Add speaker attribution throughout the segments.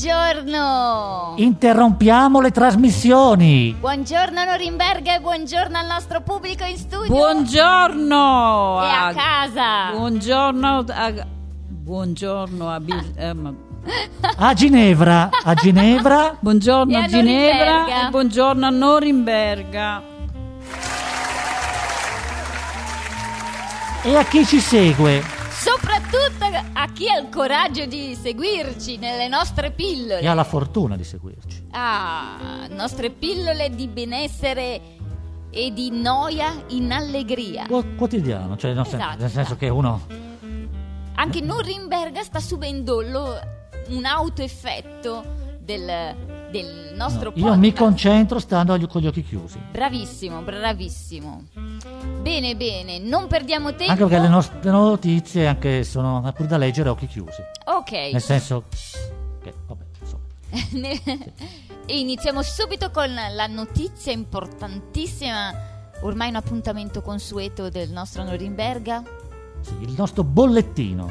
Speaker 1: Buongiorno!
Speaker 2: Interrompiamo le trasmissioni.
Speaker 1: Buongiorno Norimberga e buongiorno al nostro pubblico in studio
Speaker 3: Buongiorno!
Speaker 1: e a
Speaker 3: a-
Speaker 1: casa.
Speaker 3: Buongiorno a, buongiorno a, Bil- ehm,
Speaker 2: A Ginevra, a Ginevra.
Speaker 3: buongiorno
Speaker 1: E a
Speaker 3: a Ginevra
Speaker 1: Norimberga.
Speaker 3: e buongiorno a Norimberga.
Speaker 2: E a chi ci segue?
Speaker 1: Soprattutto a chi ha il coraggio di seguirci nelle nostre
Speaker 2: E
Speaker 1: pillole.
Speaker 2: ha la fortuna di seguirci.
Speaker 1: Ah, nostre pillole di benessere e di noia in allegria.
Speaker 2: Qua- Quotidiano, cioè nel sen-
Speaker 1: Esatto.
Speaker 2: nel senso che uno.
Speaker 1: Anche Norimberga sta subendo lo- un autoeffetto del, del nostro
Speaker 2: No, io mi
Speaker 1: podcast.
Speaker 2: concentro stando agli- con gli occhi chiusi.
Speaker 1: Bravissimo, bravissimo. Bene, bene, non perdiamo tempo.
Speaker 2: Anche perché le nostre notizie anche sono pur da leggere a occhi chiusi.
Speaker 1: Ok.
Speaker 2: Nel senso. Che, vabbè, insomma.
Speaker 1: Ne- e iniziamo subito con la notizia importantissima, ormai un appuntamento consueto del nostro Norimberga.
Speaker 2: Sì, il nostro bollettino.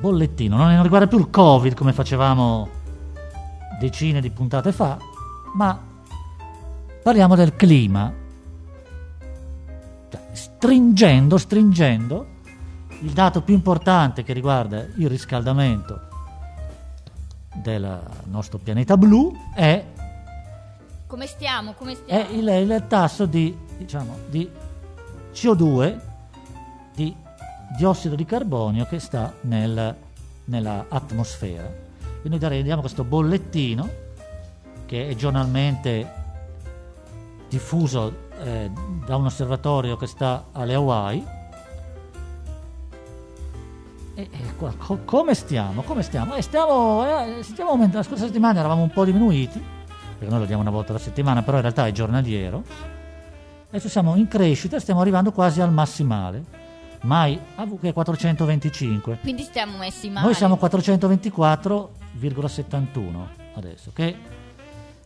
Speaker 2: Bollettino, non non riguarda più il Covid come facevamo decine di puntate fa, ma parliamo del clima. Cioè, stringendo, stringendo, il dato più importante che riguarda il riscaldamento del nostro pianeta blu è,
Speaker 1: Come stiamo? Come stiamo?
Speaker 2: è Eh, il, il tasso di, diciamo, di CO2, di diossido di carbonio che sta nel- nella atmosfera. E noi dare- diamo questo bollettino che è giornalmente diffuso eh, da un osservatorio che sta alle Hawaii. E, e qua- co- come stiamo? Come stiamo? Eh, stiamo, eh, stiamo aumentando. La scorsa settimana eravamo un po' diminuiti, perché noi lo diamo una volta alla settimana, però in realtà è giornaliero. Adesso siamo in crescita, stiamo arrivando quasi al massimale, mai av- che è 425.
Speaker 1: Quindi stiamo messi male.
Speaker 2: Noi siamo 424,71 adesso, che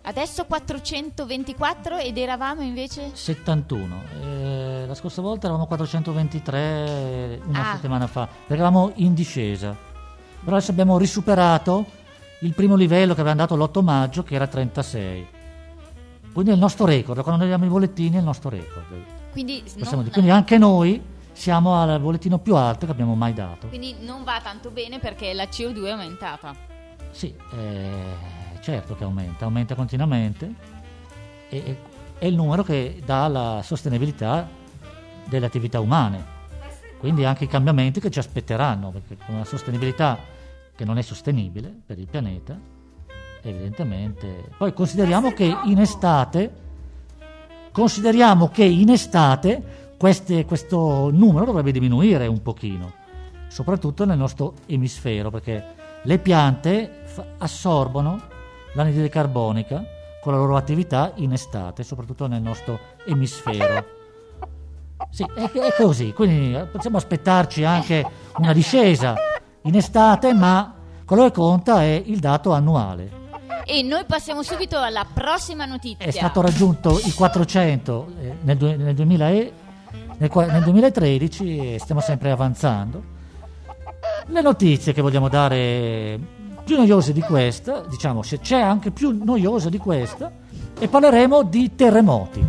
Speaker 1: Adesso 424 ed eravamo invece
Speaker 2: 71. Eh, la scorsa volta eravamo 423 una
Speaker 1: Ah.
Speaker 2: settimana fa, perché eravamo in discesa. Però adesso abbiamo risuperato il primo livello che avevamo dato l'8 maggio, che era 36. Quindi è il nostro record, quando noi diamo i bollettini è il nostro record.
Speaker 1: quindi non-
Speaker 2: Possiamo dire. Quindi anche noi siamo al bollettino più alto che abbiamo mai dato.
Speaker 1: quindi non va tanto bene perché la CO2 è aumentata.
Speaker 2: Sì, eh, certo che aumenta, aumenta continuamente e, e- è il numero che dà la sostenibilità delle attività umane, quindi anche i cambiamenti che ci aspetteranno, perché con una sostenibilità che non è sostenibile per il pianeta, evidentemente. Poi consideriamo che in estate, consideriamo che in estate queste- questo numero dovrebbe diminuire un pochino, soprattutto nel nostro emisfero, perché le piante fa- assorbono l'anidride carbonica con la loro attività in estate, soprattutto nel nostro emisfero. Sì, è, è così, quindi eh, possiamo aspettarci anche una discesa in estate, ma quello che conta è il dato annuale.
Speaker 1: E noi passiamo subito alla prossima notizia.
Speaker 2: È stato raggiunto i 400 eh, nel, due- nel 2000 e- nel qua- nel 2013 e stiamo sempre avanzando. Le notizie che vogliamo dare più noiose di questa, diciamo se c'è anche più noiosa di questa, e parleremo di terremoti.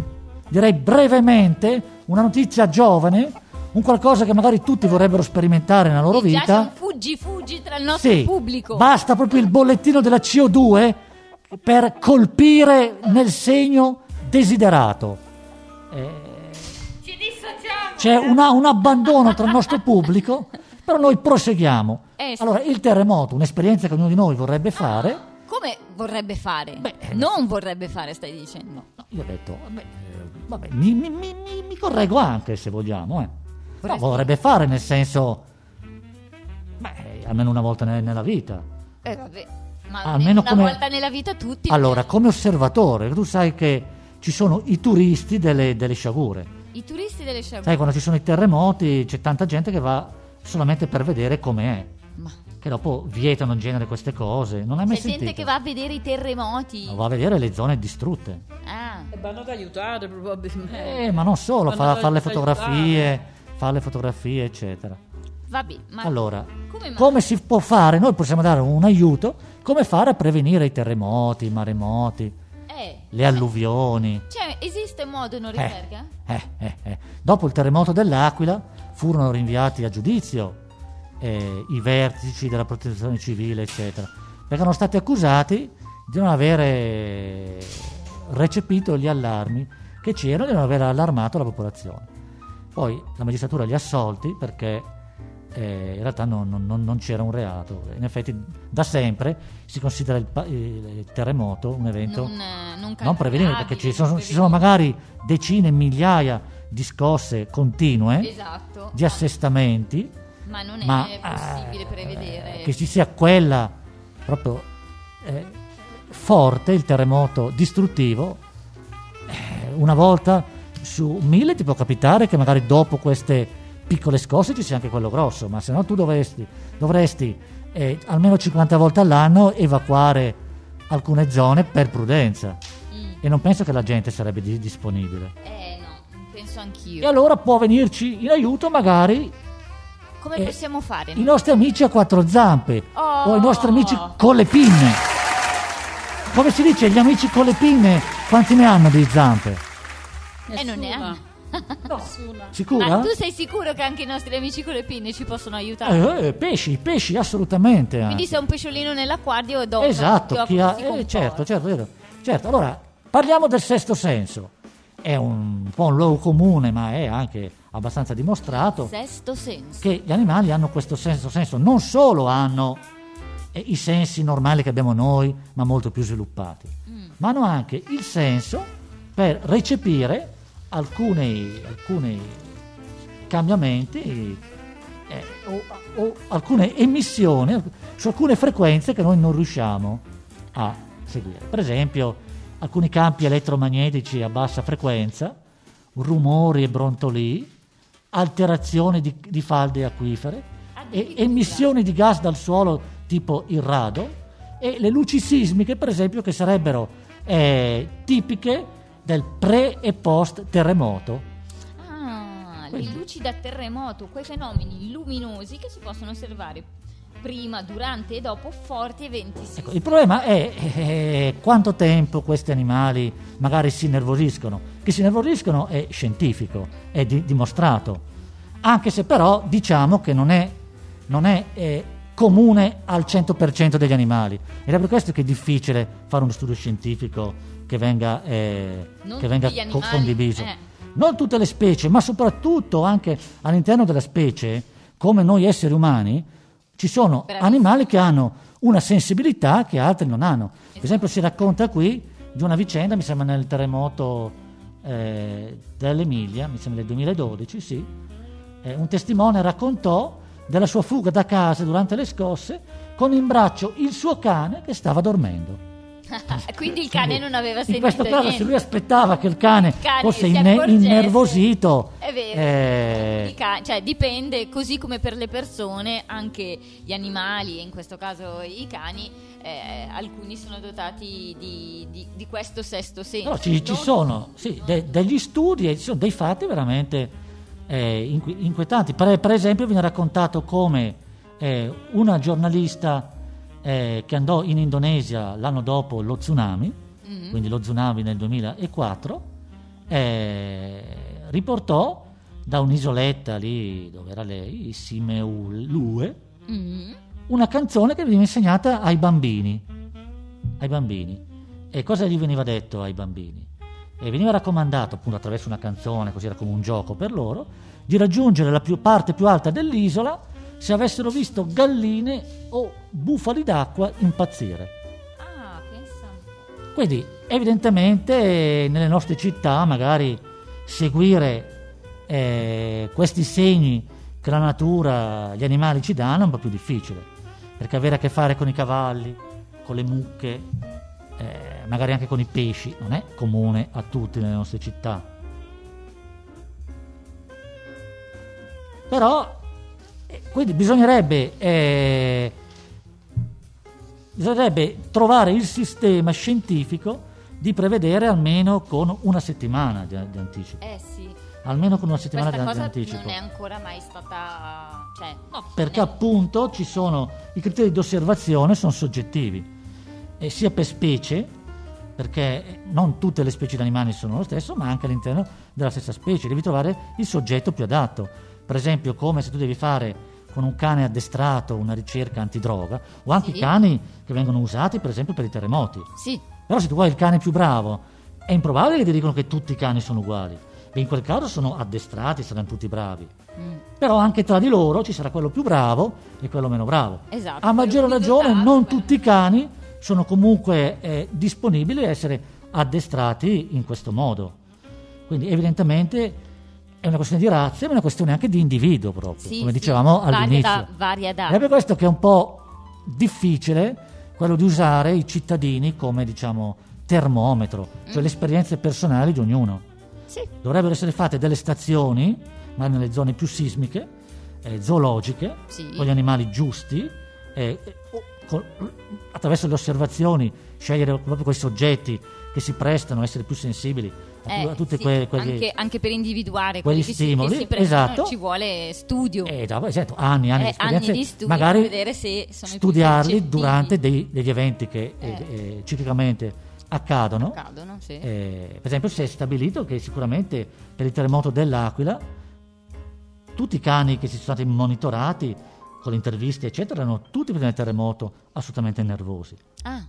Speaker 2: Direi brevemente una notizia giovane, un qualcosa che magari tutti vorrebbero sperimentare nella loro
Speaker 1: E già c'è
Speaker 2: vita.
Speaker 1: un fuggi fuggi tra il nostro
Speaker 2: Sì,
Speaker 1: pubblico.
Speaker 2: Basta proprio il bollettino della CO2 per colpire nel segno desiderato. Eh, c'è una- un abbandono tra il nostro pubblico, però noi proseguiamo.
Speaker 1: Eh, sì.
Speaker 2: Allora, il terremoto, un'esperienza che ognuno di noi vorrebbe fare.
Speaker 1: Come vorrebbe fare?
Speaker 2: Beh, eh,
Speaker 1: non vorrebbe fare, stai dicendo.
Speaker 2: No, io ho detto, vabbè, eh, vabbè, mi, mi- mi- mi- mi correggo anche se vogliamo. eh. No,
Speaker 1: Vorresti-
Speaker 2: vorrebbe fare nel senso, beh, almeno una volta ne- nella vita.
Speaker 1: Eh, vabbè, ma
Speaker 2: ah, Almeno
Speaker 1: una
Speaker 2: come-
Speaker 1: volta nella vita tutti.
Speaker 2: Allora, come osservatore, tu sai che ci sono i turisti delle, delle sciagure.
Speaker 1: I turisti delle sciagure.
Speaker 2: Sai, quando ci sono i terremoti c'è tanta gente che va solamente per vedere com'è.
Speaker 1: Ma
Speaker 2: Che dopo vietano in genere queste cose. Non hai
Speaker 1: c'è
Speaker 2: mai
Speaker 1: gente
Speaker 2: sentito?
Speaker 1: che va a vedere i terremoti.
Speaker 2: No, va a vedere le zone distrutte.
Speaker 1: Ah,
Speaker 3: E vanno ad aiutare probabilmente.
Speaker 2: Eh, ma non solo,
Speaker 3: Vanno
Speaker 2: fa,
Speaker 3: ad
Speaker 2: fa le
Speaker 3: aiutare.
Speaker 2: fotografie, fa le fotografie, eccetera.
Speaker 1: Vabbè, ma
Speaker 2: Allora,
Speaker 1: come mai?
Speaker 2: come si può fare? Noi possiamo dare un aiuto, come fare a prevenire i terremoti, i maremoti,
Speaker 1: Eh,
Speaker 2: le alluvioni.
Speaker 1: cioè, esiste modo in
Speaker 2: Eh,
Speaker 1: Norimberga?
Speaker 2: eh, eh, eh. Dopo il terremoto dell'Aquila furono rinviati a giudizio eh, i vertici della protezione civile, eccetera, perché erano stati accusati di non avere recepito gli allarmi che c'erano, di non aver allarmato la popolazione. Poi la magistratura li ha assolti perché eh, in realtà non, non- non- non c'era un reato. In effetti da sempre si considera il, pa- il terremoto un evento
Speaker 1: Non, eh, non
Speaker 2: non prevedibile
Speaker 1: calcolabile,
Speaker 2: perché ci
Speaker 1: non
Speaker 2: sono, ci sono
Speaker 1: prevedibile.
Speaker 2: magari decine, migliaia di scosse continue
Speaker 1: Esatto.
Speaker 2: Eh? di assestamenti,
Speaker 1: Ma non è
Speaker 2: ma
Speaker 1: possibile
Speaker 2: eh,
Speaker 1: prevedere.
Speaker 2: che ci sia quella proprio eh, forte, il terremoto distruttivo, eh, una volta su mille ti può capitare che magari dopo queste piccole scosse ci sia anche quello grosso, ma se no tu dovresti, dovresti eh, almeno 50 volte all'anno evacuare alcune zone per prudenza
Speaker 1: Mm.
Speaker 2: e non penso che la gente sarebbe di- disponibile.
Speaker 1: Eh no, penso
Speaker 2: E
Speaker 1: anch'io.
Speaker 2: allora può venirci in aiuto magari
Speaker 1: Come
Speaker 2: eh,
Speaker 1: possiamo fare?
Speaker 2: i nostri amici a quattro zampe
Speaker 1: Oh.
Speaker 2: o i nostri amici con le pinne. Come si dice, gli amici con le pinne quanti ne hanno di zampe?
Speaker 1: Eh, non ne
Speaker 3: Nessuna.
Speaker 2: Sicura?
Speaker 1: Ma tu sei sicuro che anche i nostri amici con le pinne ci possono aiutare?
Speaker 2: Eh, eh, pesci, pesci assolutamente. anche.
Speaker 1: Quindi se è un pesciolino nell'acquario dopo
Speaker 2: esatto,
Speaker 1: dopo
Speaker 2: chi ha,
Speaker 1: si
Speaker 2: eh,
Speaker 1: comporta.
Speaker 2: certo, certo, certo, certo. Allora, parliamo del sesto senso. È un po' un luogo comune, ma è anche abbastanza dimostrato.
Speaker 1: Sesto senso.
Speaker 2: che gli animali hanno questo senso, senso non solo hanno eh, i sensi normali che abbiamo noi, ma molto più sviluppati,
Speaker 1: Mm.
Speaker 2: ma hanno anche il senso per recepire alcuni, alcuni cambiamenti eh, o, o alcune emissioni alc- su alcune frequenze che noi non riusciamo a seguire. Per esempio, alcuni campi elettromagnetici a bassa frequenza, rumori e brontolii, alterazioni di, di falde acquifere, e
Speaker 1: Addirittura.
Speaker 2: emissioni di gas dal suolo tipo il radon e le luci sismiche, per esempio, che sarebbero eh, tipiche del pre e post terremoto.
Speaker 1: Ah, le
Speaker 2: Quindi-
Speaker 1: luci da terremoto, quei fenomeni luminosi che si possono osservare prima, durante e dopo forti eventi
Speaker 2: Ecco,
Speaker 1: sismici.
Speaker 2: il problema è eh, quanto tempo questi animali magari si nervosiscono. Che si nervosiscono è scientifico, è di- dimostrato. Anche se però diciamo che non è, non è, eh, comune al 100% degli animali. Ed è per questo che è difficile fare uno studio scientifico che venga, eh,
Speaker 1: Non
Speaker 2: che venga
Speaker 1: tutti gli
Speaker 2: co-
Speaker 1: animali,
Speaker 2: condiviso.
Speaker 1: eh.
Speaker 2: Non tutte le specie, ma soprattutto anche all'interno della specie, come noi esseri umani, ci sono
Speaker 1: Bravissimo.
Speaker 2: animali che hanno una sensibilità che altri non hanno. Per esempio, si racconta qui di una vicenda, mi sembra nel terremoto eh, dell'Emilia, mi sembra del 2012, sì. Eh, un testimone raccontò della sua fuga da casa durante le scosse con in braccio il suo cane che stava dormendo.
Speaker 1: Quindi il cane non aveva
Speaker 2: In
Speaker 1: sentito
Speaker 2: questo caso,
Speaker 1: niente.
Speaker 2: se lui aspettava che il cane,
Speaker 1: Il cane
Speaker 2: fosse
Speaker 1: si
Speaker 2: inne-
Speaker 1: accorgesse.
Speaker 2: innervosito,
Speaker 1: È vero.
Speaker 2: eh,
Speaker 1: I ca- cioè, dipende, così come per le persone, anche gli animali, e in questo caso i cani, eh, alcuni sono dotati di, di- di questo sesto senso.
Speaker 2: No, ci, ci
Speaker 1: Non-
Speaker 2: sono sì, de- degli studi e ci sono dei fatti veramente eh, inqui- inquietanti. Per, per esempio, viene raccontato come eh, una giornalista eh, che andò in Indonesia l'anno dopo lo tsunami,
Speaker 1: Mm.
Speaker 2: quindi lo tsunami nel 2004, eh, riportò da un'isoletta lì dove era lei, Simeulue,
Speaker 1: Mm.
Speaker 2: una canzone che veniva insegnata ai bambini. Ai bambini. E cosa gli veniva detto ai bambini? E veniva raccomandato, appunto, attraverso una canzone, così era come un gioco per loro, di raggiungere la più- parte più alta dell'isola se avessero visto galline o bufali d'acqua impazzire.
Speaker 1: Ah, pensa. un po'.
Speaker 2: Quindi evidentemente eh, nelle nostre città magari seguire eh, questi segni che la natura, gli animali ci danno è un po' più difficile, perché avere a che fare con i cavalli, con le mucche, eh, magari anche con i pesci, non è comune a tutti nelle nostre città. Però, eh, quindi bisognerebbe... eh, bisognerebbe trovare il sistema scientifico di prevedere almeno con una settimana di, di anticipo.
Speaker 1: Eh sì.
Speaker 2: almeno con una settimana
Speaker 1: Questa
Speaker 2: di di
Speaker 1: cosa
Speaker 2: anticipo.
Speaker 1: non è ancora mai stata... Cioè,
Speaker 2: perché appunto ci sono i criteri di osservazione sono soggettivi e sia per specie perché non tutte le specie di animali sono lo stesso ma anche all'interno della stessa specie devi trovare il soggetto più adatto per esempio come se tu devi fare con un cane addestrato una ricerca antidroga o anche
Speaker 1: Sì.
Speaker 2: i cani che vengono usati per esempio per i terremoti
Speaker 1: sì,
Speaker 2: però se tu vuoi il cane più bravo, è improbabile che ti dicano che tutti i cani sono uguali. Beh, in quel caso sono addestrati, saranno tutti bravi.
Speaker 1: Mm.
Speaker 2: Però anche tra di loro ci sarà quello più bravo e quello meno bravo.
Speaker 1: esatto.
Speaker 2: A maggior
Speaker 1: quello più
Speaker 2: ragione
Speaker 1: dotato,
Speaker 2: non
Speaker 1: quello-
Speaker 2: tutti i cani sono comunque eh, disponibili a essere addestrati in questo modo. Quindi evidentemente è una questione di razza, ma è una questione anche di individuo proprio,
Speaker 1: Sì,
Speaker 2: come
Speaker 1: sì,
Speaker 2: dicevamo
Speaker 1: varia
Speaker 2: all'inizio. Eh
Speaker 1: da- varia da-
Speaker 2: Ed è per questo che è un po' difficile quello di usare i cittadini come, diciamo, termometro,
Speaker 1: Mm.
Speaker 2: cioè le esperienze personali di ognuno.
Speaker 1: Sì,
Speaker 2: Dovrebbero essere fatte delle stazioni, ma nelle zone più sismiche, eh, zoologiche,
Speaker 1: Sì.
Speaker 2: con gli animali giusti, eh, eh, o- con- attraverso le osservazioni scegliere proprio quei soggetti che si prestano a essere più sensibili a, tu-
Speaker 1: eh,
Speaker 2: a tutti
Speaker 1: sì,
Speaker 2: que- quelli...
Speaker 1: anche, anche per individuare quelli
Speaker 2: quelli
Speaker 1: che si-
Speaker 2: stimoli,
Speaker 1: che si, prendono
Speaker 2: esatto.
Speaker 1: ci vuole studio.
Speaker 2: Eh, da- certo, anni, anni,
Speaker 1: Eh,
Speaker 2: di esperienze,
Speaker 1: anni di studio
Speaker 2: magari
Speaker 1: per vedere se sono i più
Speaker 2: studiarli
Speaker 1: suscettibili.
Speaker 2: durante dei- degli eventi che eh,
Speaker 1: Eh.
Speaker 2: eh, ciclicamente accadono.
Speaker 1: Accadono, sì.
Speaker 2: Eh, per esempio, si è stabilito che sicuramente per il terremoto dell'Aquila tutti i cani che si sono stati monitorati con le interviste, eccetera, erano tutti prima del terremoto assolutamente nervosi.
Speaker 1: Ah,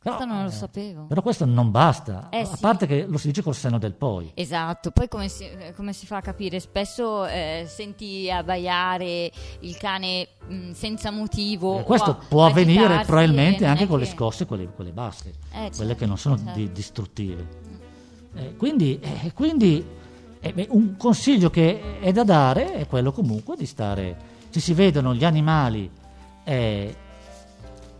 Speaker 2: Però,
Speaker 1: questo non lo
Speaker 2: eh,
Speaker 1: sapevo.
Speaker 2: Però questo non basta,
Speaker 1: Eh,
Speaker 2: a
Speaker 1: sì.
Speaker 2: parte che lo si dice col senno del poi.
Speaker 1: Esatto, poi come si, eh, come si fa a capire? Spesso eh, senti abbaiare il cane mh, senza motivo.
Speaker 2: Eh,
Speaker 1: o
Speaker 2: questo
Speaker 1: a-
Speaker 2: può avvenire
Speaker 1: agitarsi, eh,
Speaker 2: probabilmente
Speaker 1: non
Speaker 2: anche
Speaker 1: è
Speaker 2: con le
Speaker 1: che-
Speaker 2: scosse, quelle, quelle basse, quelle
Speaker 1: certo,
Speaker 2: che non sono di-
Speaker 1: certo.
Speaker 2: distruttive. Eh, quindi eh, quindi, eh, beh, un consiglio che è da dare è quello comunque di stare, se si vedono gli animali eh,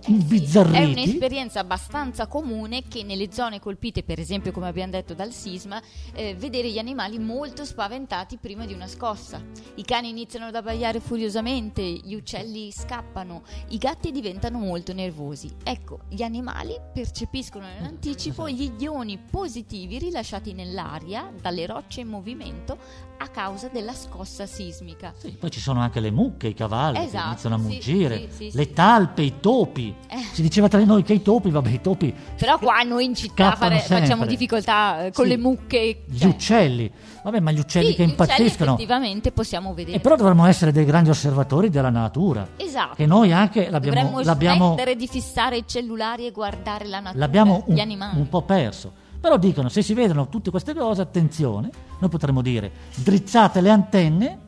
Speaker 1: È
Speaker 2: imbizzarriti,
Speaker 1: un'esperienza abbastanza comune che nelle zone colpite, per esempio come abbiamo detto dal sisma, eh, vedere gli animali molto spaventati prima di una scossa. I cani iniziano ad abbaiare furiosamente, gli uccelli scappano, i gatti diventano molto nervosi. Ecco, gli animali percepiscono in anticipo gli ioni positivi rilasciati nell'aria dalle rocce in movimento a causa della scossa sismica.
Speaker 2: Sì, poi ci sono anche le mucche, i cavalli che
Speaker 1: Esatto,
Speaker 2: iniziano a
Speaker 1: sì,
Speaker 2: muggire,
Speaker 1: sì, sì,
Speaker 2: le
Speaker 1: sì. Eh.
Speaker 2: talpe, i topi. Si diceva tra di noi che i topi, vabbè, i topi
Speaker 1: Però qua noi in città
Speaker 2: Scappano
Speaker 1: fare- facciamo
Speaker 2: sempre.
Speaker 1: difficoltà eh, con
Speaker 2: Sì.
Speaker 1: le mucche.
Speaker 2: Gli
Speaker 1: cioè.
Speaker 2: uccelli, vabbè, ma gli uccelli
Speaker 1: Sì,
Speaker 2: che
Speaker 1: gli uccelli
Speaker 2: impazziscono.
Speaker 1: effettivamente possiamo
Speaker 2: E
Speaker 1: vedere.
Speaker 2: però dovremmo essere dei grandi osservatori della natura.
Speaker 1: esatto.
Speaker 2: Che noi anche l'abbiamo,
Speaker 1: Dovremmo
Speaker 2: l'abbiamo,
Speaker 1: smettere di fissare i cellulari e guardare la natura,
Speaker 2: l'abbiamo
Speaker 1: gli
Speaker 2: un,
Speaker 1: animali.
Speaker 2: un po' perso. Però dicono: se si vedono tutte queste cose, attenzione, noi potremmo dire drizzate le antenne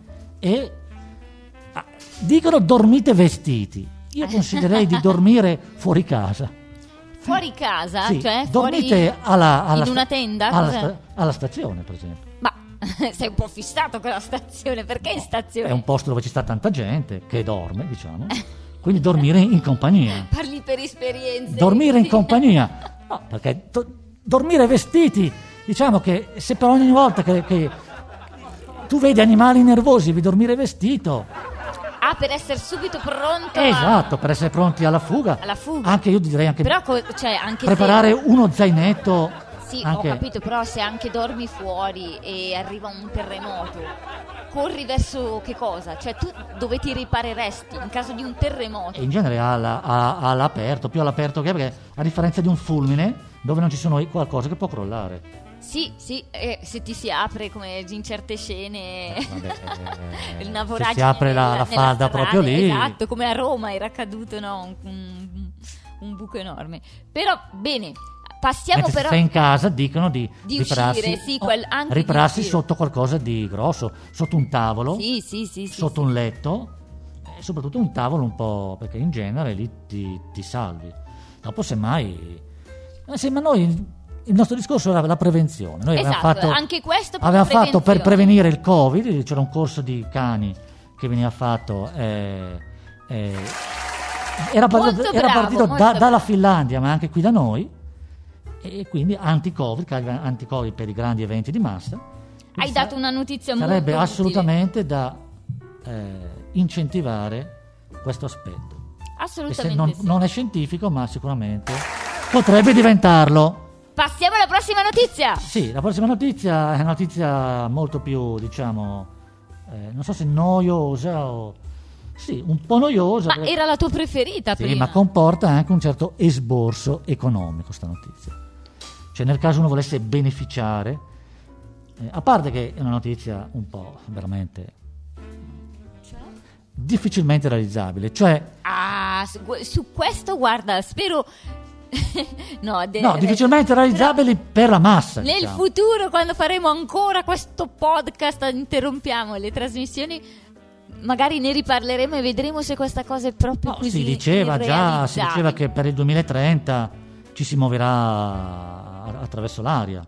Speaker 2: e ah, dicono dormite vestiti. Io consiglierei di dormire fuori casa.
Speaker 1: Fuori casa,
Speaker 2: Sì,
Speaker 1: cioè fuori...
Speaker 2: dormite alla, alla
Speaker 1: in
Speaker 2: sta-
Speaker 1: una tenda?
Speaker 2: alla,
Speaker 1: Cos'è?
Speaker 2: sta- alla stazione, per esempio.
Speaker 1: Ma sei un po' fissato con la stazione, perché in stazione?
Speaker 2: È un posto dove ci sta tanta gente che dorme, diciamo. Quindi dormire in compagnia.
Speaker 1: Parli per esperienze.
Speaker 2: dormire in
Speaker 1: sì.
Speaker 2: compagnia. No, perché do- dormire vestiti, diciamo che se per ogni volta che, che tu vedi animali nervosi devi dormire vestito,
Speaker 1: Ah, per essere subito pronto a-
Speaker 2: esatto, per essere pronti alla fuga.
Speaker 1: alla fuga.
Speaker 2: Anche io direi anche
Speaker 1: Però co- cioè, anche se-
Speaker 2: preparare uno zainetto.
Speaker 1: Sì,
Speaker 2: anche-
Speaker 1: ho capito, però se anche dormi fuori e arriva un terremoto, corri verso che cosa? Cioè tu dove ti ripareresti in caso di un
Speaker 2: E
Speaker 1: terremoto?
Speaker 2: in genere alla- a- all'aperto, più all'aperto che perché a differenza di un fulmine dove non ci sono i- qualcosa che può crollare.
Speaker 1: Sì, sì, eh, se ti si apre come in certe scene,
Speaker 2: Eh, vabbè, eh,
Speaker 1: una
Speaker 2: se
Speaker 1: voragine
Speaker 2: si apre la-
Speaker 1: nella- nella
Speaker 2: la falda
Speaker 1: strada,
Speaker 2: proprio lì.
Speaker 1: Esatto, come a Roma era caduto no, un, un- un buco enorme. Però bene, passiamo
Speaker 2: Mentre
Speaker 1: però...
Speaker 2: se sei in casa dicono di,
Speaker 1: Di
Speaker 2: ripararsi,
Speaker 1: uscire, sì, quel- anche di
Speaker 2: ripararsi
Speaker 1: uscire.
Speaker 2: sotto qualcosa di grosso, sotto un tavolo,
Speaker 1: Sì, sì, sì, sì,
Speaker 2: sotto un letto e soprattutto un tavolo un po' perché in genere lì ti, ti salvi. Dopo semmai... eh, sì, ma noi... Il nostro discorso era la prevenzione. Noi avevamo
Speaker 1: Esatto,
Speaker 2: fatto,
Speaker 1: anche questo per
Speaker 2: avevamo fatto per
Speaker 1: prevenzione.
Speaker 2: prevenire il Covid, c'era un corso di cani che veniva fatto... eh, eh, era,
Speaker 1: Molto
Speaker 2: partito- era
Speaker 1: bravo,
Speaker 2: partito da-
Speaker 1: molto bravo.
Speaker 2: dalla Finlandia, ma anche qui da noi, e quindi anti-Covid, cal- anti-Covid per i grandi eventi di massa.
Speaker 1: sì. Hai
Speaker 2: Quindi
Speaker 1: dato
Speaker 2: sa-
Speaker 1: una notizia molto
Speaker 2: Sarebbe
Speaker 1: utile.
Speaker 2: assolutamente da eh, incentivare questo aspetto. Che se
Speaker 1: Assolutamente
Speaker 2: non,
Speaker 1: sì.
Speaker 2: non è scientifico, ma sicuramente potrebbe diventarlo.
Speaker 1: Passiamo alla prossima notizia.
Speaker 2: Sì, la prossima notizia è una notizia molto più, diciamo, eh, non so se noiosa o... Sì, un po' noiosa.
Speaker 1: Ma
Speaker 2: perché-
Speaker 1: era la tua preferita
Speaker 2: Sì,
Speaker 1: prima.
Speaker 2: ma comporta anche un certo esborso economico sta notizia. Cioè nel caso uno volesse beneficiare, eh, a parte che è una notizia un po' veramente difficilmente realizzabile, cioè
Speaker 1: Ah, su, gu- su questo guarda, spero... no, de- eh,
Speaker 2: no, difficilmente realizzabili per la massa.
Speaker 1: Nel
Speaker 2: diciamo.
Speaker 1: futuro, quando faremo ancora questo podcast, interrompiamo le trasmissioni, magari ne riparleremo e vedremo se questa cosa è proprio
Speaker 2: No,
Speaker 1: così.
Speaker 2: si diceva già, si
Speaker 1: irrealizzabile.
Speaker 2: diceva che per il 2030 ci si muoverà a- attraverso l'aria,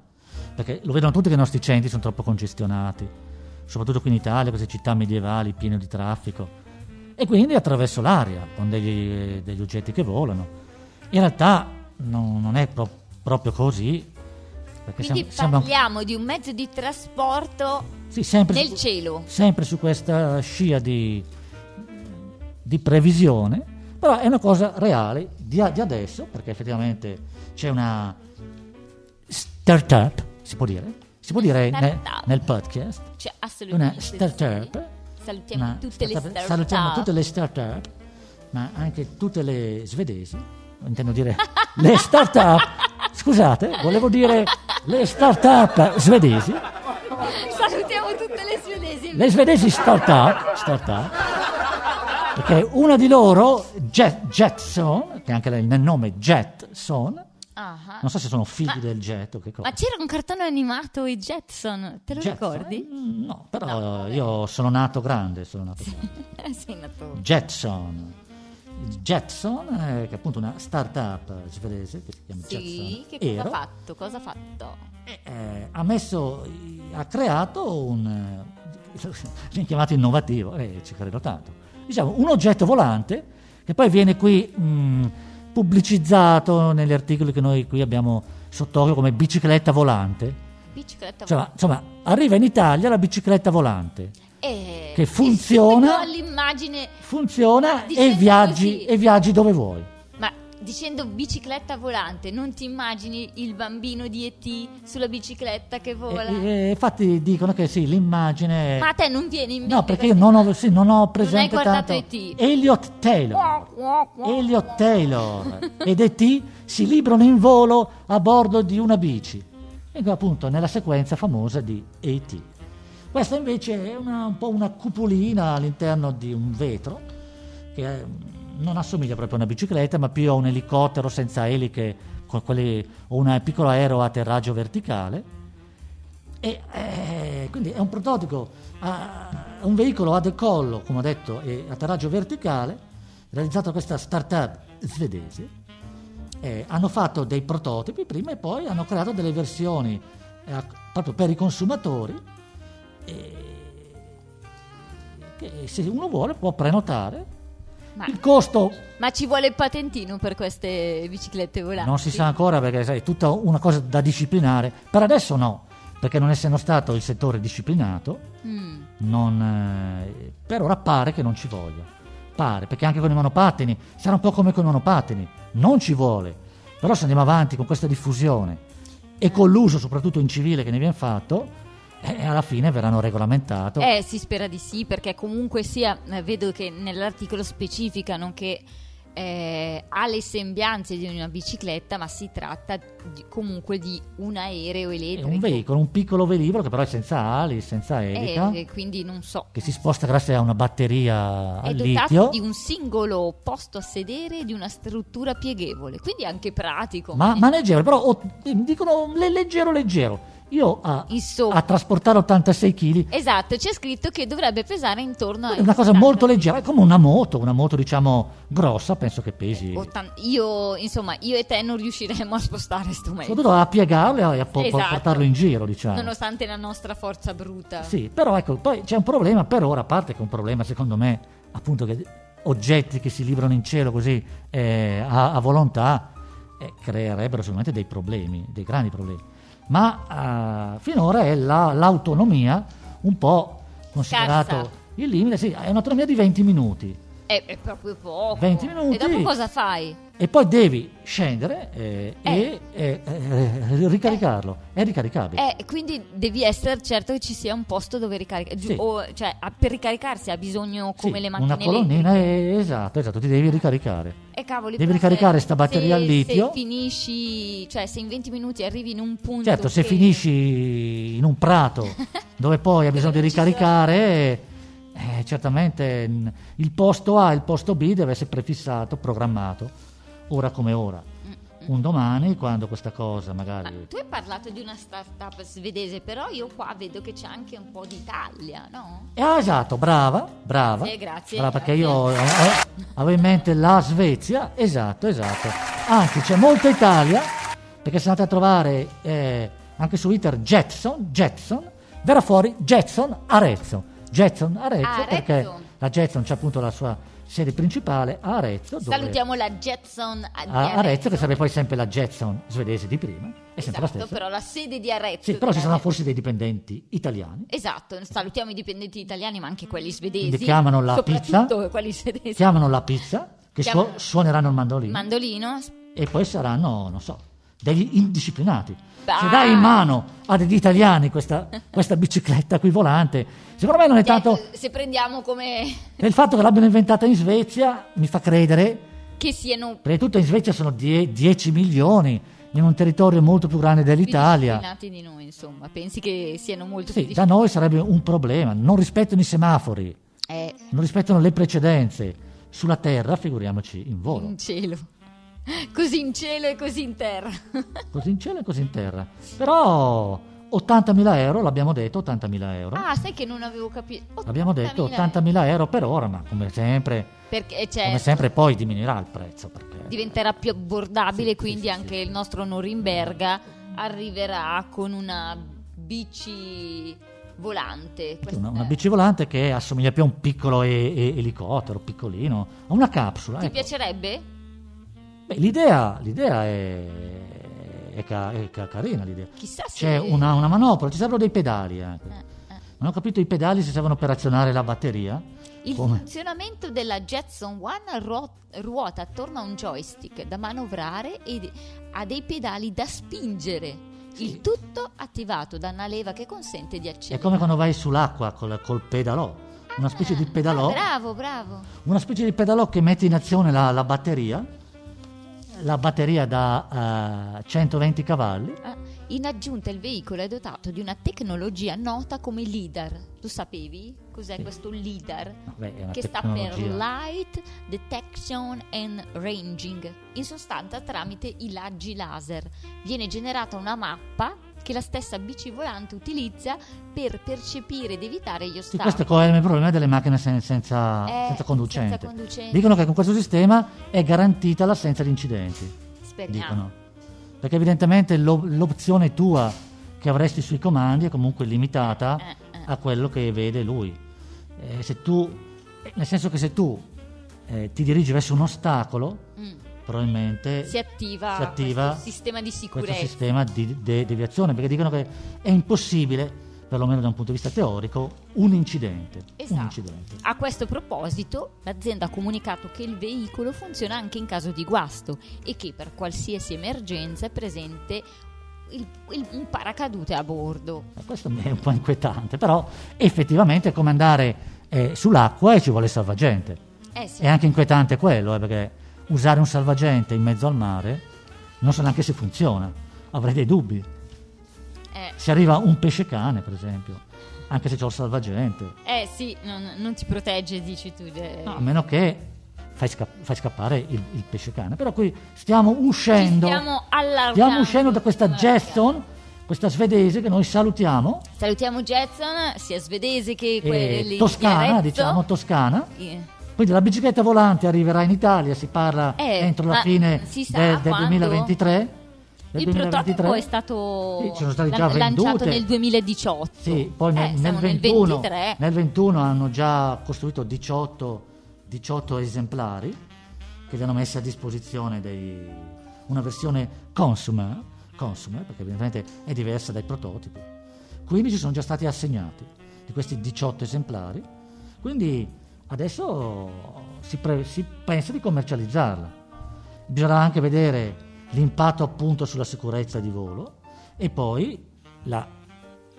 Speaker 2: perché lo vedono tutti che i nostri centri sono troppo congestionati, soprattutto qui in Italia, queste città medievali piene di traffico, e quindi attraverso l'aria, con degli, degli oggetti che volano. In realtà non, non è pro- proprio così, perché
Speaker 1: Quindi
Speaker 2: siamo- siamo-
Speaker 1: parliamo di un mezzo di trasporto
Speaker 2: sì, sempre
Speaker 1: nel
Speaker 2: su-
Speaker 1: cielo.
Speaker 2: sempre su questa scia di, di previsione, però è una cosa reale di, di adesso, perché effettivamente c'è una startup, si può dire, si può dire ne- nel,
Speaker 1: Startup.
Speaker 2: podcast,
Speaker 1: Cioè,
Speaker 2: una
Speaker 1: assolutamente. sì.
Speaker 2: startup.
Speaker 1: Salutiamo
Speaker 2: una
Speaker 1: tutte le
Speaker 2: startup-
Speaker 1: startup.
Speaker 2: Salutiamo tutte le startup, ma anche tutte le svedesi, intendo dire le startup, scusate, volevo dire le startup svedesi.
Speaker 1: Salutiamo tutte le svedesi.
Speaker 2: Le svedesi startup, startup perché una di loro, Jet, Jetson, che anche lei- nel nome Jetson,
Speaker 1: Ah, ah.
Speaker 2: non so se sono figli del jet o che cosa.
Speaker 1: Ma c'era un cartone animato i Esatto. Jetson, te lo
Speaker 2: Jetson?
Speaker 1: ricordi?
Speaker 2: Mm, No, però io sono nato grande, sono nato grande.
Speaker 1: Eh, sì, nato.
Speaker 2: Jetson. Jetson, eh, che è appunto una startup svedese che si chiama
Speaker 1: Sì,
Speaker 2: Jetson
Speaker 1: che cosa
Speaker 2: Aero,
Speaker 1: ha fatto? Cosa ha fatto?
Speaker 2: eh, ha messo, ha creato un, eh, viene chiamato innovativo, e ci credo tanto, diciamo un oggetto volante che poi viene qui mh, pubblicizzato negli articoli che noi qui abbiamo sotto occhio come bicicletta volante.
Speaker 1: Bicicletta
Speaker 2: Cioè, insomma, arriva in Italia la bicicletta volante,
Speaker 1: Eh,
Speaker 2: che
Speaker 1: e
Speaker 2: funziona-
Speaker 1: subito L'immagine,
Speaker 2: funziona e
Speaker 1: Ah, Dicendo
Speaker 2: viaggi,
Speaker 1: così.
Speaker 2: e viaggi dove vuoi.
Speaker 1: ma dicendo bicicletta volante, non ti immagini il bambino di E.T. sulla bicicletta che vola?
Speaker 2: E- e- infatti dicono che sì, l'immagine...
Speaker 1: ma a te non viene in mente?
Speaker 2: eh. No, perché io non ho, sì, non ho presente
Speaker 1: guardato
Speaker 2: tanto
Speaker 1: E.T..
Speaker 2: Elliot Taylor. Elliot Taylor ed E.T. si librano in volo a bordo di una bici. Ecco appunto nella sequenza famosa di E.T. Questa invece è una- un po' una cupolina all'interno di un vetro che eh, non assomiglia proprio a una bicicletta, ma più a un elicottero senza eliche con quelli- o un piccolo aereo a atterraggio verticale. E, eh, quindi è un prototipo, a- un veicolo a decollo, come ho detto, e atterraggio verticale, realizzato da questa startup svedese. Eh, hanno fatto dei prototipi prima e poi hanno creato delle versioni eh, proprio per i consumatori. eh, che se uno vuole può prenotare.
Speaker 1: Ma,
Speaker 2: Il costo
Speaker 1: ma ci vuole il patentino per queste biciclette volanti?
Speaker 2: non si sa ancora perché sai, è tutta una cosa da disciplinare. Per adesso no, perché non essendo stato il settore disciplinato,
Speaker 1: Mm.
Speaker 2: non, eh, per ora pare che non ci voglia. Pare, perché anche con i monopattini sarà un po' come con i monopattini, non ci vuole. Però se andiamo avanti con questa diffusione e con l'uso soprattutto in civile che ne viene fatto, eh, alla fine verranno regolamentato.
Speaker 1: Eh, si spera di sì, perché comunque sia, eh, vedo che nell'articolo specificano che eh, ha le sembianze di una bicicletta, ma si tratta di- comunque di un aereo
Speaker 2: È
Speaker 1: elettrico.
Speaker 2: un veicolo, un piccolo velivolo che però è senza ali, senza elica,
Speaker 1: Eh, quindi non so.
Speaker 2: che si sposta grazie a una batteria
Speaker 1: È
Speaker 2: al
Speaker 1: dotato
Speaker 2: litio.
Speaker 1: di un singolo posto a sedere e di una struttura pieghevole, quindi anche pratico.
Speaker 2: Ma, ma leggero, però o- mi dicono le- leggero, leggero. Io a,
Speaker 1: Insomma.
Speaker 2: a trasportare 86 kg
Speaker 1: Esatto, c'è scritto che dovrebbe pesare intorno a...
Speaker 2: è una cosa
Speaker 1: 80.
Speaker 2: molto leggera, è come una moto, una moto diciamo grossa, penso che pesi.
Speaker 1: Ottan- Io, insomma, io e te non riusciremo a spostare sto mezzo.
Speaker 2: Soprattutto a piegarlo e a po-
Speaker 1: Esatto.
Speaker 2: portarlo in giro, diciamo.
Speaker 1: Nonostante la nostra forza bruta.
Speaker 2: Sì, però ecco, poi c'è un problema per ora, a parte che è un problema secondo me, appunto che oggetti che si librano in cielo così eh, a, a volontà eh, creerebbero sicuramente dei problemi, dei grandi problemi. Ma eh, finora è la- l'autonomia un po' considerato
Speaker 1: Scarsa.
Speaker 2: il limite, sì, è un'autonomia di 20 minuti.
Speaker 1: È, è proprio poco.
Speaker 2: 20 minuti.
Speaker 1: E dopo cosa fai?
Speaker 2: E poi devi scendere eh, e eh, eh, ricaricarlo. È ricaricabile.
Speaker 1: Eh, quindi devi essere certo che ci sia un posto dove ricaricare. Giù-
Speaker 2: Sì.
Speaker 1: o, cioè, a- per ricaricarsi ha bisogno
Speaker 2: Sì,
Speaker 1: come le macchine
Speaker 2: una colonnina,
Speaker 1: elettriche.
Speaker 2: eh, esatto, esatto, ti devi ricaricare.
Speaker 1: E cavoli,
Speaker 2: Devi
Speaker 1: però se-
Speaker 2: ricaricare sta batteria
Speaker 1: se-
Speaker 2: al litio.
Speaker 1: Se finisci, cioè se in 20 minuti arrivi in un punto.
Speaker 2: Certo, se
Speaker 1: che-
Speaker 2: finisci in un prato dove poi hai bisogno di
Speaker 1: non ci sono.
Speaker 2: ricaricare, eh, certamente mh, il posto A e il posto B deve essere prefissato, programmato, ora come ora. Un domani, quando questa cosa
Speaker 1: Mm, Ma
Speaker 2: magari...
Speaker 1: tu hai parlato di una startup svedese, però io qua vedo che c'è anche un po' d'Italia, no?
Speaker 2: Eh, ah, esatto, brava, brava.
Speaker 1: Sì, Eh, grazie,
Speaker 2: Brava, perché
Speaker 1: grazie.
Speaker 2: io eh, eh, avevo in mente la Svezia, esatto, esatto. Anzi, c'è molta Italia, perché sono andate a trovare eh, anche su Twitter Jetson, Jetson, verrà fuori Jetson Arezzo. Jetson Arezzo,
Speaker 1: Ah, Arezzo.
Speaker 2: perché la Jetson c'è appunto la sua sede principale a Arezzo. Dove, Ah,
Speaker 1: Salutiamo la Jetson a- di
Speaker 2: a Arezzo, che sarebbe poi sempre la Jetson svedese di prima, è sempre
Speaker 1: Esatto,
Speaker 2: la stessa.
Speaker 1: però la sede di Arezzo.
Speaker 2: Sì, però
Speaker 1: di
Speaker 2: ci saranno
Speaker 1: Arezzo.
Speaker 2: forse dei dipendenti italiani
Speaker 1: Esatto, salutiamo i dipendenti italiani, ma anche quelli svedesi.
Speaker 2: Quindi chiamano la
Speaker 1: soprattutto
Speaker 2: pizza.
Speaker 1: quelli svedesi.
Speaker 2: chiamano la pizza, che suo-
Speaker 1: Chiamano-
Speaker 2: suoneranno il mandolino
Speaker 1: Mandolino.
Speaker 2: e poi saranno, non so, degli indisciplinati.
Speaker 1: Bah!
Speaker 2: Se dai in mano a degli italiani questa, questa bicicletta qui volante, secondo me non è tanto...
Speaker 1: Cioè, Se prendiamo come
Speaker 2: Il fatto che l'abbiano inventata in Svezia mi fa credere,
Speaker 1: che siano
Speaker 2: prima di tutto in Svezia sono die- 10 milioni, in un territorio molto più grande
Speaker 1: più
Speaker 2: dell'Italia.
Speaker 1: disciplinati di noi, insomma. Pensi che siano molto più
Speaker 2: Sì, da
Speaker 1: disciplinati?
Speaker 2: noi sarebbe un problema, non rispettano i semafori,
Speaker 1: Eh,
Speaker 2: non rispettano le precedenze. Sulla terra, figuriamoci, in volo.
Speaker 1: in cielo. Così in cielo e così in terra.
Speaker 2: così in cielo e così in terra. Però 80.000 euro, l'abbiamo detto, 80.000 euro.
Speaker 1: Ah, sai che non avevo capito.
Speaker 2: Abbiamo detto 80.000 euro per ora, ma come sempre,
Speaker 1: Perché
Speaker 2: come
Speaker 1: cioè,
Speaker 2: sempre poi diminuirà il prezzo. Perché
Speaker 1: diventerà più abbordabile,
Speaker 2: Sì,
Speaker 1: quindi
Speaker 2: sì, sì,
Speaker 1: anche
Speaker 2: sì.
Speaker 1: il nostro Norimberga arriverà con una bici volante.
Speaker 2: Sì, una,
Speaker 1: Questa-
Speaker 2: una bici volante che assomiglia più a un piccolo e- e- elicottero, piccolino, a una capsula.
Speaker 1: Ti
Speaker 2: ecco.
Speaker 1: piacerebbe?
Speaker 2: Beh, l'idea, l'idea è, è ca- è ca- carina. L'idea.
Speaker 1: Chissà se
Speaker 2: C'è una, una manopola, ci servono dei pedali anche.
Speaker 1: Eh, eh.
Speaker 2: Non ho capito i pedali se servono per azionare la batteria.
Speaker 1: Il
Speaker 2: Come?
Speaker 1: funzionamento della Jetson One ruo- ruota attorno a un joystick da manovrare e ha dei pedali da spingere. Il tutto attivato da una leva che consente di
Speaker 2: È
Speaker 1: accendere.
Speaker 2: come quando vai sull'acqua col, col pedalò, una specie di pedalò.
Speaker 1: Ah, Bravo, bravo.
Speaker 2: una specie di pedalò che mette in azione la, la batteria, la batteria da eh, 120 cavalli.
Speaker 1: Ah, In aggiunta il veicolo è dotato di una tecnologia nota come LIDAR. Tu sapevi cos'è
Speaker 2: Sì.
Speaker 1: questo LIDAR?
Speaker 2: Vabbè, è una
Speaker 1: che sta per
Speaker 2: tecnologia.
Speaker 1: Light Detection and Ranging. In sostanza, tramite i laggi laser viene generata una mappa che la stessa bici volante utilizza per percepire ed evitare gli
Speaker 2: Sì,
Speaker 1: ostacoli.
Speaker 2: questo è co- è il problema delle macchine sen- senza,
Speaker 1: Eh,
Speaker 2: senza conducente.
Speaker 1: senza conducente.
Speaker 2: Dicono che con questo sistema è garantita l'assenza di incidenti.
Speaker 1: Speriamo.
Speaker 2: Dicono. Perché evidentemente l'o- l'opzione tua che avresti sui comandi è comunque limitata
Speaker 1: Eh, eh.
Speaker 2: a quello che vede lui. Eh, se tu, eh, nel senso che se tu eh, ti dirigi verso un ostacolo,
Speaker 1: Mm.
Speaker 2: probabilmente
Speaker 1: Si attiva,
Speaker 2: si attiva
Speaker 1: questo sistema di
Speaker 2: questo
Speaker 1: sicurezza.
Speaker 2: sistema di de- deviazione perché dicono che è impossibile perlomeno da un punto di vista teorico un incidente
Speaker 1: Esatto.
Speaker 2: un incidente
Speaker 1: A questo proposito, l'azienda ha comunicato che il veicolo funziona anche in caso di guasto e che per qualsiasi emergenza è presente il- il- un paracadute a bordo.
Speaker 2: Eh, questo mi è un po' inquietante però effettivamente è come andare eh, sull'acqua e ci vuole il salvagente
Speaker 1: Eh sì.
Speaker 2: è anche inquietante quello eh, perché usare un salvagente in mezzo al mare non so neanche se funziona avrei dei dubbi
Speaker 1: Eh,
Speaker 2: se arriva un pesce cane per esempio anche se c'ho il salvagente
Speaker 1: eh sì, non, non ti protegge, dici tu. eh.
Speaker 2: No, a meno che fai, sca- fai scappare il, il pesce cane. Però qui stiamo
Speaker 1: Ci
Speaker 2: uscendo.
Speaker 1: stiamo allargando.
Speaker 2: stiamo uscendo da questa
Speaker 1: Guarda.
Speaker 2: Jetson, questa svedese che noi salutiamo,
Speaker 1: Salutiamo Jetson, sia svedese che
Speaker 2: eh,
Speaker 1: quella lì di
Speaker 2: toscana,
Speaker 1: Arezzo.
Speaker 2: diciamo, toscana.
Speaker 1: Eh,
Speaker 2: Quindi la bicicletta volante arriverà in Italia, si parla
Speaker 1: Eh,
Speaker 2: entro la
Speaker 1: ma
Speaker 2: fine
Speaker 1: si sa
Speaker 2: del, del
Speaker 1: quando?
Speaker 2: 2023. Del
Speaker 1: Il
Speaker 2: 2023.
Speaker 1: prototipo è stato
Speaker 2: Sì, ci sono state
Speaker 1: lan-
Speaker 2: già
Speaker 1: lanciato
Speaker 2: vendute.
Speaker 1: nel 2018.
Speaker 2: Sì, poi
Speaker 1: Eh,
Speaker 2: nel, nel
Speaker 1: siamo
Speaker 2: 21,
Speaker 1: 23.
Speaker 2: nel 21 hanno già costruito 18, 18 esemplari che li hanno messi a disposizione dei, una versione consumer, consumer, perché ovviamente è diversa dai prototipi. 15 sono già stati assegnati di questi 18 esemplari, quindi Adesso si, pre- si pensa di commercializzarla. Bisognerà anche vedere l'impatto appunto sulla sicurezza di volo e poi la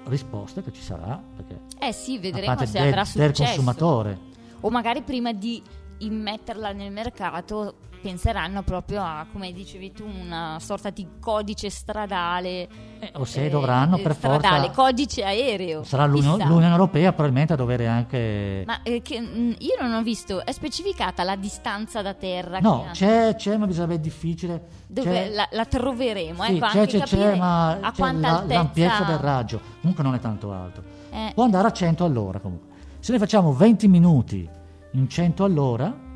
Speaker 2: risposta che ci sarà, perché
Speaker 1: Eh sì,
Speaker 2: da
Speaker 1: vedremo
Speaker 2: parte
Speaker 1: se
Speaker 2: de-
Speaker 1: avrà
Speaker 2: del
Speaker 1: successo.
Speaker 2: consumatore.
Speaker 1: O magari prima di immetterla nel mercato penseranno proprio a, come dicevi tu, una sorta di codice stradale.
Speaker 2: Eh, o se
Speaker 1: eh,
Speaker 2: dovranno
Speaker 1: eh,
Speaker 2: per
Speaker 1: stradale,
Speaker 2: forza...
Speaker 1: codice aereo.
Speaker 2: Sarà l'Unione,
Speaker 1: chissà.
Speaker 2: l'Unione Europea probabilmente a dovere anche...
Speaker 1: Ma eh, che, mh, io non ho visto, è specificata la distanza da terra?
Speaker 2: no,
Speaker 1: che-
Speaker 2: c'è, c'è, ma bisogna è difficile.
Speaker 1: dove
Speaker 2: c'è,
Speaker 1: la, la troveremo?
Speaker 2: sì,
Speaker 1: ecco,
Speaker 2: c'è,
Speaker 1: anche
Speaker 2: c'è,
Speaker 1: capire
Speaker 2: c'è, ma
Speaker 1: a
Speaker 2: c'è
Speaker 1: quanta
Speaker 2: la-
Speaker 1: altezza...
Speaker 2: l'ampiezza del raggio. Comunque non è tanto alto.
Speaker 1: Eh,
Speaker 2: Può andare a 100 all'ora comunque. Se noi facciamo 20 minuti in 100 all'ora,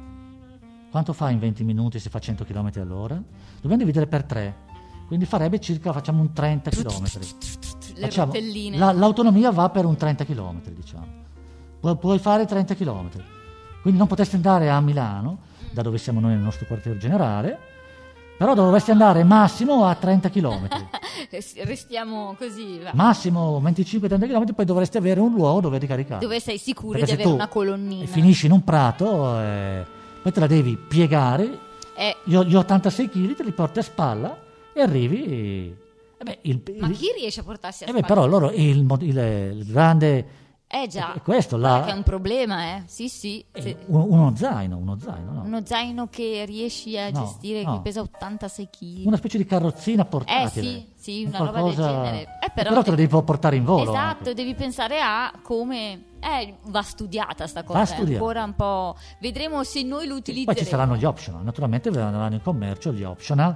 Speaker 2: quanto fa in 20 minuti se fa 100 km all'ora? Dobbiamo dividere per 3, quindi farebbe circa, facciamo un 30 km.
Speaker 1: le
Speaker 2: Facciamo-
Speaker 1: rotelline.
Speaker 2: la- l'autonomia va per un 30 km, diciamo. Pu- puoi fare 30 km. Quindi non potresti andare a Milano, da dove siamo noi nel nostro quartier generale, però dovresti andare massimo a 30 km.
Speaker 1: Restiamo così, va.
Speaker 2: Massimo 25-30 km, poi dovresti avere un luogo dove ricaricare.
Speaker 1: dove sei sicuro
Speaker 2: Perché
Speaker 1: di
Speaker 2: se
Speaker 1: avere
Speaker 2: tu
Speaker 1: una colonnina.
Speaker 2: finisci in un prato, eh, poi te la devi piegare,
Speaker 1: Eh,
Speaker 2: gli, gli 86 kg te li porti a spalla e arrivi... eh beh, il-
Speaker 1: ma
Speaker 2: il-
Speaker 1: chi riesce a portarsi a
Speaker 2: eh beh,
Speaker 1: spalla?
Speaker 2: però loro il, mod- il- il grande...
Speaker 1: Eh già,
Speaker 2: è questo,
Speaker 1: guarda
Speaker 2: la-
Speaker 1: che è un problema, eh. Sì, sì.
Speaker 2: Eh,
Speaker 1: se-
Speaker 2: uno, uno zaino, uno zaino, no?
Speaker 1: Uno zaino che riesci a
Speaker 2: No,
Speaker 1: gestire
Speaker 2: no.
Speaker 1: che pesa 86 kg.
Speaker 2: Una specie di carrozzina
Speaker 1: Eh
Speaker 2: portatile.
Speaker 1: sì, sì,
Speaker 2: Un
Speaker 1: una roba del
Speaker 2: qualcosa-
Speaker 1: genere. Eh, però,
Speaker 2: te la devi po- portare in volo.
Speaker 1: Esatto,
Speaker 2: anche.
Speaker 1: devi pensare a come... Eh, va studiata sta cosa,
Speaker 2: Va
Speaker 1: è
Speaker 2: studiata.
Speaker 1: ancora un po'... Vedremo se noi lo
Speaker 2: Poi ci
Speaker 1: utilizzeremo.
Speaker 2: saranno gli optional, naturalmente verranno in commercio gli optional,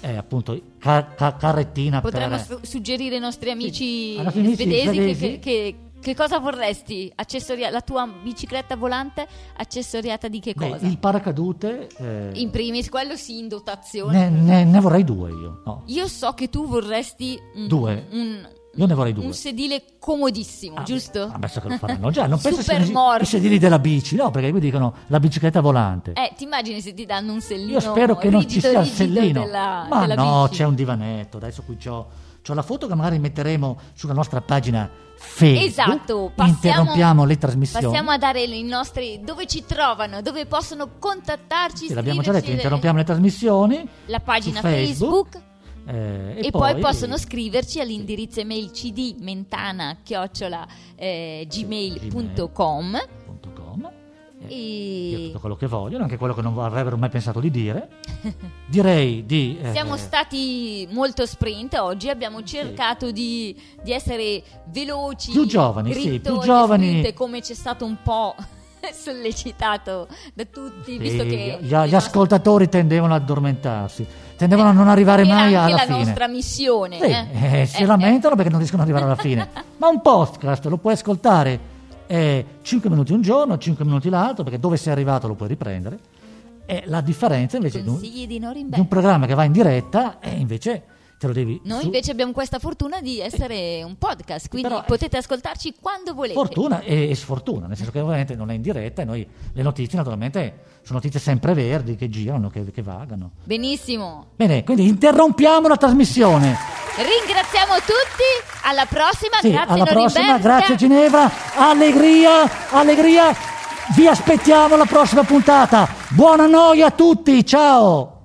Speaker 2: eh, appunto ca- ca- carrettina
Speaker 1: Potremmo
Speaker 2: per...
Speaker 1: su- suggerire ai nostri amici
Speaker 2: eh. alla fine sì,
Speaker 1: svedesi che,
Speaker 2: svedesi.
Speaker 1: che- che- che cosa vorresti? Accessoria- la tua bicicletta volante accessoriata di che
Speaker 2: eh, Beh,
Speaker 1: cosa?
Speaker 2: il paracadute... eh,
Speaker 1: In primis, quello sì, in dotazione.
Speaker 2: ne, ne- ne vorrei due io. no.
Speaker 1: Io so che tu vorresti un,
Speaker 2: Due.
Speaker 1: un-
Speaker 2: Io ne vorrei due.
Speaker 1: un sedile comodissimo,
Speaker 2: Ah,
Speaker 1: giusto?
Speaker 2: Adesso che lo faranno già, non penso
Speaker 1: Super
Speaker 2: siano i-
Speaker 1: morbido.
Speaker 2: i sedili della bici, no? Perché qui dicono la bicicletta volante.
Speaker 1: Eh, ti immagini se ti danno un sellino
Speaker 2: Io spero che non
Speaker 1: rigido,
Speaker 2: ci sia il
Speaker 1: rigido
Speaker 2: sellino.
Speaker 1: della-
Speaker 2: Ma
Speaker 1: della
Speaker 2: no,
Speaker 1: bici.
Speaker 2: c'è un divanetto. Adesso qui c'ho, c'ho la foto che magari metteremo sulla nostra pagina Facebook.
Speaker 1: Esatto, passiamo-
Speaker 2: Interrompiamo le trasmissioni.
Speaker 1: Passiamo a dare i nostri... dove ci trovano, dove possono contattarci,
Speaker 2: Sì, l'abbiamo
Speaker 1: scriverci
Speaker 2: già detto,
Speaker 1: le-
Speaker 2: interrompiamo le trasmissioni.
Speaker 1: la pagina
Speaker 2: su Facebook.
Speaker 1: Facebook,
Speaker 2: eh,
Speaker 1: e, poi, possono scriverci all'indirizzo email cd mentana chiocciola eh, gmail.com
Speaker 2: gmail.com, eh,
Speaker 1: E-
Speaker 2: dire tutto quello che vogliono, anche quello che non avrebbero mai pensato di dire. Direi di... eh,
Speaker 1: siamo stati molto sprint oggi, abbiamo cercato di, di essere veloci,
Speaker 2: Più giovani, sì,
Speaker 1: grittori,
Speaker 2: più giovani.
Speaker 1: sprint, come c'è stato un po' sollecitato da tutti,
Speaker 2: Sì,
Speaker 1: visto che
Speaker 2: gli, gli
Speaker 1: le nostre- Eh,
Speaker 2: ascoltatori tendevano ad addormentarsi, tendevano a non arrivare
Speaker 1: era
Speaker 2: mai
Speaker 1: anche
Speaker 2: alla
Speaker 1: la
Speaker 2: fine.
Speaker 1: nostra missione.
Speaker 2: Sì,
Speaker 1: eh.
Speaker 2: eh, si
Speaker 1: Eh,
Speaker 2: lamentano perché non riescono ad arrivare alla fine. Ma un podcast lo puoi ascoltare 5 minuti un giorno, 5 minuti l'altro, perché dove sei arrivato lo puoi riprendere. E la differenza
Speaker 1: eh.
Speaker 2: invece di un,
Speaker 1: Consigli di
Speaker 2: di un
Speaker 1: Norimberga.
Speaker 2: programma che va in diretta è invece te lo devi
Speaker 1: Noi
Speaker 2: su-
Speaker 1: invece abbiamo questa fortuna di essere un podcast, quindi
Speaker 2: Però- eh.
Speaker 1: potete ascoltarci quando volete.
Speaker 2: fortuna e, e sfortuna, nel senso che ovviamente non è in diretta e noi le notizie naturalmente sono notizie sempre verdi che girano, che- che vagano.
Speaker 1: Benissimo.
Speaker 2: Bene, quindi interrompiamo la trasmissione.
Speaker 1: Ringraziamo tutti, alla prossima,
Speaker 2: Sì,
Speaker 1: grazie
Speaker 2: alla prossima,
Speaker 1: Norimberga.
Speaker 2: grazie Ginevra, allegria, allegria, vi aspettiamo alla prossima puntata. Buona noia a tutti, ciao!